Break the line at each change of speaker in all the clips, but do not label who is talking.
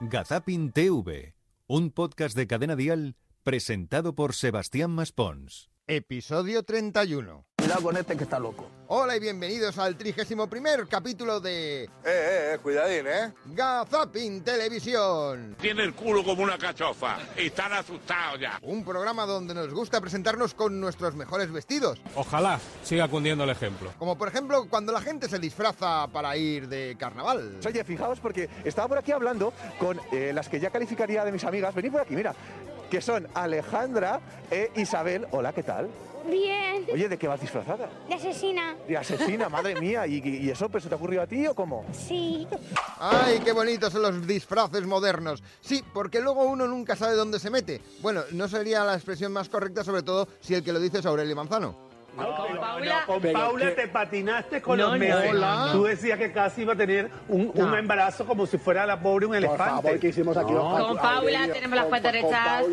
Gazapin TV, un podcast de cadena dial presentado por Sebastián Maspons.
Episodio 31.
Cuidado con este que está loco.
Hola y bienvenidos al 31 capítulo de
Eh, eh, eh, cuidadín, ¿eh?
Gazapin Televisión.
Tiene el culo como una cachofa. Y están asustados ya.
Un programa donde nos gusta presentarnos con nuestros mejores vestidos.
Ojalá siga cundiendo el ejemplo.
Como por ejemplo cuando la gente se disfraza para ir de carnaval.
Oye, fijaos porque estaba por aquí hablando con eh, las que ya calificaría de mis amigas. Venid por aquí, mira. Que son Alejandra e Isabel. Hola, ¿qué tal?
Bien,
Oye, ¿de qué vas disfrazada?
de asesina.
De asesina, madre mía. ¿Y, y- y eso pues, se te ocurrió a ti o cómo?
Sí,
¡Ay, qué bonitos son los disfraces modernos! Sí, porque luego uno nunca sabe dónde se mete. Bueno, no sería la expresión más correcta, sobre todo si el que lo dice es Aurelio Manzano.
con Paula, te patinaste con los meses.
no, no.
Tú decías que casi iba a tener un, un embarazo como si fuera la pobre un elefante.
hicimos aquí Con Paula tenemos las cuentas rechas.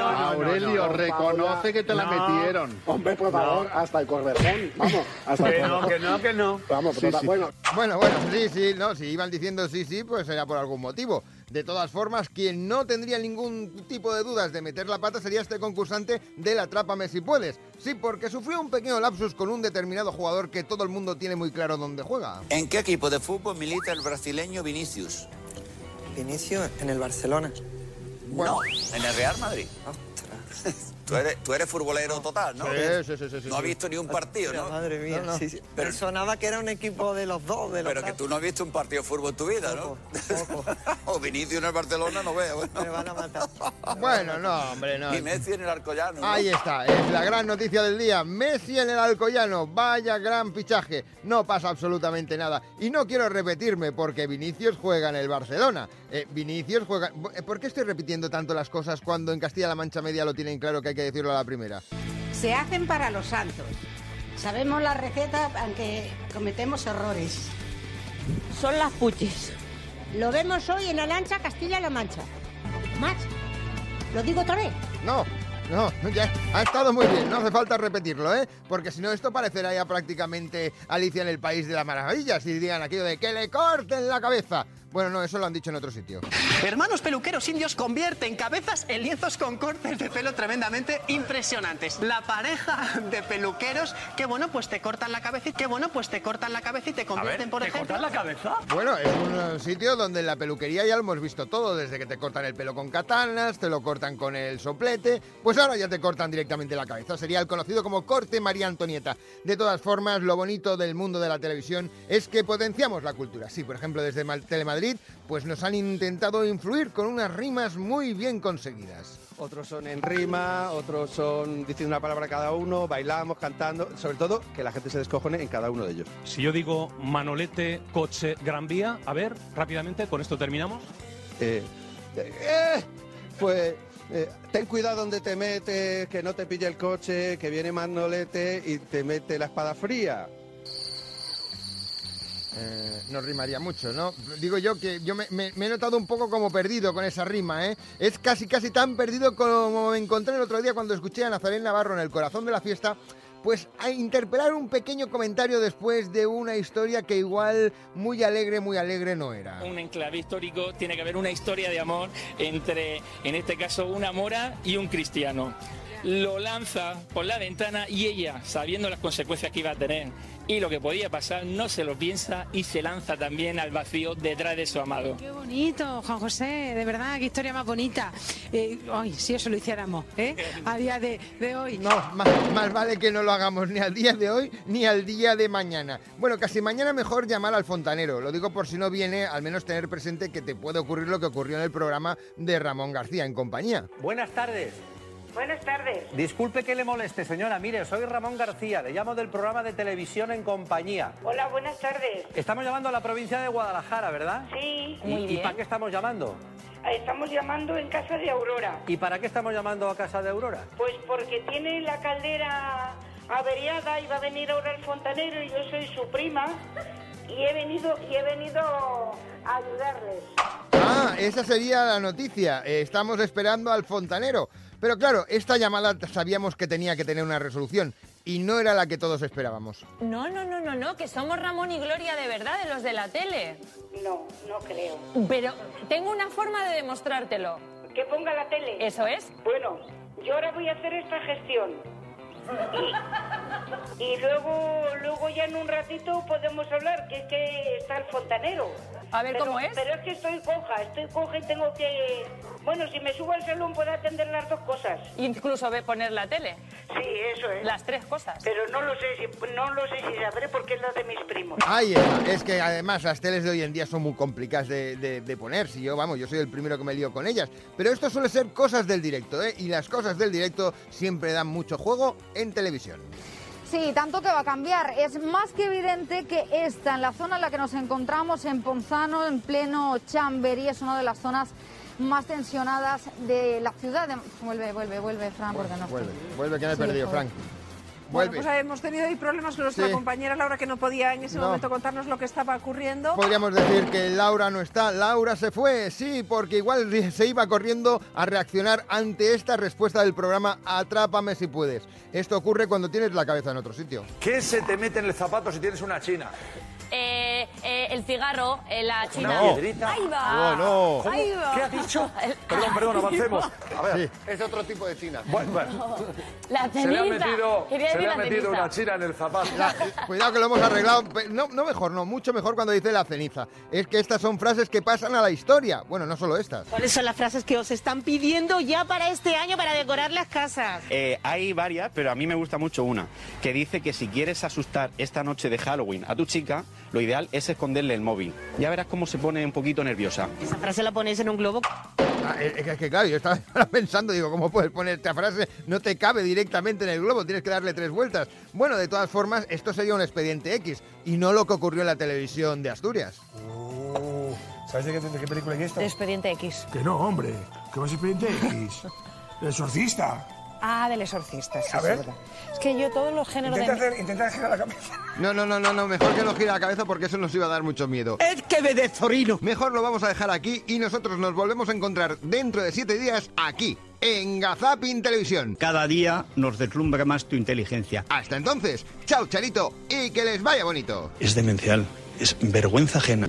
Aurelio, reconoce que te la
No.
metieron.
Hombre, por favor, hasta el corvejón. Vamos, hasta
Que
el
no, que
corvejón.
no, que no.
Vamos, pero
sí.
bueno.
Bueno, bueno, sí, sí, no, si iban diciendo sí, sí, pues era por algún motivo. De todas formas, quien no tendría ningún tipo de dudas de meter la pata sería este concursante del Atrápame si puedes. Sí, porque sufrió un pequeño lapsus con un determinado jugador que todo el mundo tiene muy claro dónde juega.
¿En qué equipo de fútbol milita el brasileño Vinicius?
Inicio en el Barcelona.
Bueno, en el Real Madrid. Tú eres, tú eres futbolero total, ¿no? eh,
Sí, sí, sí, sí, sí,
No has
sí.
visto ni un partido,
Mira,
¿no?
Madre mía,
No, no.
sí, sí.
Pero-
Pero sonaba que era un equipo de los dos, de los
Pero que
dos.
tú no has visto un partido de fútbol en tu vida, ¿no?
Poco, poco.
O Vinicius en el Barcelona, no veo. bueno.
Me van a matar.
Bueno, no, hombre, no.
Ni Messi en el Alcoyano. ¿no?
Ahí está, es la gran noticia del día. Messi en el Alcoyano, vaya gran fichaje. No pasa absolutamente nada. Y no quiero repetirme porque Vinicius juega en el Barcelona. Eh, Vinicius juega... eh, ¿Por qué estoy repitiendo tanto las cosas cuando en Castilla-La Mancha Media lo tienen claro que hay que decirlo a la primera?
se hacen para los santos. Sabemos la receta, aunque cometemos errores.
Son las puches.
Lo vemos hoy en la lancha Castilla-La Mancha. Más, lo digo otra vez.
No, no, ya ha estado muy bien, no hace falta repetirlo, ¿eh? Porque si no, esto parecerá ya prácticamente Alicia en el País de las Maravillas y digan aquello de que le corten la cabeza. Bueno, no, eso lo han dicho en otro sitio.
Hermanos peluqueros indios convierten cabezas en lienzos con cortes de pelo tremendamente impresionantes. La pareja de peluqueros que bueno, pues te cortan la cabeza y que bueno, pues te cortan la cabeza y te convierten, por ejemplo.
la cabeza?
Bueno, es un eh, sitio donde en la peluquería ya lo hemos visto todo, desde que te cortan el pelo con katanas, te lo cortan con el soplete, pues ahora ya te cortan directamente la cabeza. Sería el conocido como corte María Antonieta. De todas formas, lo bonito del mundo de la televisión es que potenciamos la cultura. Sí, por ejemplo, desde Mal- Telemadrid, pues nos han intentado influir con unas rimas muy bien conseguidas.
Otros son en rima, otros son diciendo una palabra cada uno, bailamos, cantando, sobre todo que la gente se descojone en cada uno de ellos.
Si yo digo Manolete, coche, Gran Vía, a ver, rápidamente, con esto terminamos.
Eh, eh, pues eh, ten cuidado donde te metes, que no te pille el coche, que viene Manolete y te mete la espada fría.
Eh, no rimaría mucho, ¿no? Digo yo que yo me, me- me he notado un poco como perdido con esa rima, ¿eh? Es casi, casi tan perdido como me encontré el otro día cuando escuché a Nazaré Navarro en el corazón de la fiesta, pues a interpelar un pequeño comentario después de una historia que igual muy alegre, muy alegre no era.
Un enclave histórico tiene que haber una historia de amor entre, en este caso, una mora y un cristiano. Lo lanza por la ventana y ella, sabiendo las consecuencias que iba a tener y lo que podía pasar, no se lo piensa y se lanza también al vacío detrás de su amado.
Qué bonito, Juan José, de verdad, qué historia más bonita. Eh, ay, si eso lo hiciéramos, ¿eh? A día de, de hoy.
No, más, más vale que no lo hagamos ni al día de hoy ni al día de mañana. Bueno, casi mañana mejor llamar al fontanero. Lo digo por si no viene, al menos tener presente que te puede ocurrir lo que ocurrió en el programa de Ramón García en compañía.
Buenas tardes.
Buenas tardes.
Disculpe que le moleste, señora. Mire, soy Ramón García. Le llamo del programa de televisión en compañía.
Hola, buenas tardes.
Estamos llamando a la provincia de Guadalajara, ¿verdad?
Sí,
¿Y, y para qué estamos llamando?
estamos llamando en casa de Aurora.
¿Y para qué estamos llamando a Casa de Aurora?
Pues porque tiene la caldera averiada y va a venir ahora el fontanero y yo soy su prima y he venido y he venido a ayudarles.
Ah, esa sería la noticia. Eh, estamos esperando al fontanero. Pero claro, esta llamada t- sabíamos que tenía que tener una resolución. y no era la que todos esperábamos.
No, no, no, no, no, que somos Ramón y Gloria de verdad, de los de la tele.
No, no creo.
Pero tengo una forma de demostrártelo.
Que ponga la tele.
¿Eso es?
Bueno, yo ahora voy a hacer esta gestión. Y, y luego, luego ya en un ratito podemos hablar, que es que está el fontanero.
A ver,
Pero-
¿cómo es?
Pero es que estoy coja, estoy coja y tengo que... Bueno, si me subo al salón puedo atender las dos cosas.
Incluso ve poner la tele.
Sí, eso es.
Las tres cosas.
Pero no lo sé si, no lo sé si sabré porque es la de mis primos.
Ay, eh, es que además las teles de hoy en día son muy complicadas de, de- de poner. Si yo, vamos, yo soy el primero que me lío con ellas. Pero esto suele ser cosas del directo, ¿eh? Y las cosas del directo siempre dan mucho juego en televisión.
Sí, tanto que va a cambiar. Es más que evidente que esta, en la zona en la que nos encontramos, en Ponzano, en pleno Chamberí, es una de las zonas más tensionadas de la ciudad. de- Vuelve, vuelve, vuelve, Fran, porque no.
Vuelve, vuelve que me he
Sí,
perdido,
joder.
Frank. Vuelve.
Bueno, pues hemos tenido ahí problemas con nuestra
Sí.
compañera Laura que no podía en ese
No.
momento contarnos lo que estaba ocurriendo.
Podríamos decir que Laura no está, Laura se fue, sí, porque igual se iba corriendo a reaccionar ante esta respuesta del programa Atrápame si puedes. Esto ocurre cuando tienes la cabeza en otro sitio.
¿Qué se te mete en el zapato si tienes una china?
Eh, eh, el cigarro, eh, la china.
piedrita.
Ahí va.
No, no.
Ahí va.
¿Qué has dicho? Perdón, perdón, avancemos. A ver.
Es otro tipo de china.
Bueno, bueno.
La
Se le ha metido,
Quería
se
decir
le ha
la
metido
ceniza.
una china en el zapato.
Cuidado que lo hemos arreglado. pe- No, no mejor, no, mucho mejor cuando dice la ceniza. Es que estas son frases que pasan a la historia. Bueno, no solo estas.
¿Cuáles son las frases que os están pidiendo ya para este año para decorar las casas?
Eh, hay varias, pero a mí me gusta mucho una, que dice que si quieres asustar esta noche de Halloween a tu chica, lo ideal es esconderle el móvil. Ya verás cómo se pone un poquito nerviosa.
Esa frase la ponéis en un globo.
Ah, es, es que claro, yo estaba pensando, digo, ¿cómo puedes poner esta frase? No te cabe directamente en el globo, tienes que darle tres vueltas. Bueno, de todas formas, esto sería un expediente X y no lo que ocurrió en la televisión de Asturias.
Oh. ¿Sabes de qué, de qué película es esta?
Expediente X.
Que no, hombre. ¿Qué más expediente X? El exorcista.
Ah, del exorcista,
sí, A sí, ver. verdad.
Es que yo todos los géneros
Intenta, hacer, intenta girar la cabeza.
No, no, no, no, no, mejor que no gira la cabeza porque eso nos iba a dar mucho miedo. ¡Es que me desorino! Mejor lo vamos a dejar aquí y nosotros nos volvemos a encontrar dentro de siete días aquí, en Gazapin Televisión.
Cada día nos deslumbra más tu inteligencia.
Hasta entonces, chao Charito y que les vaya bonito.
Es demencial, es vergüenza ajena.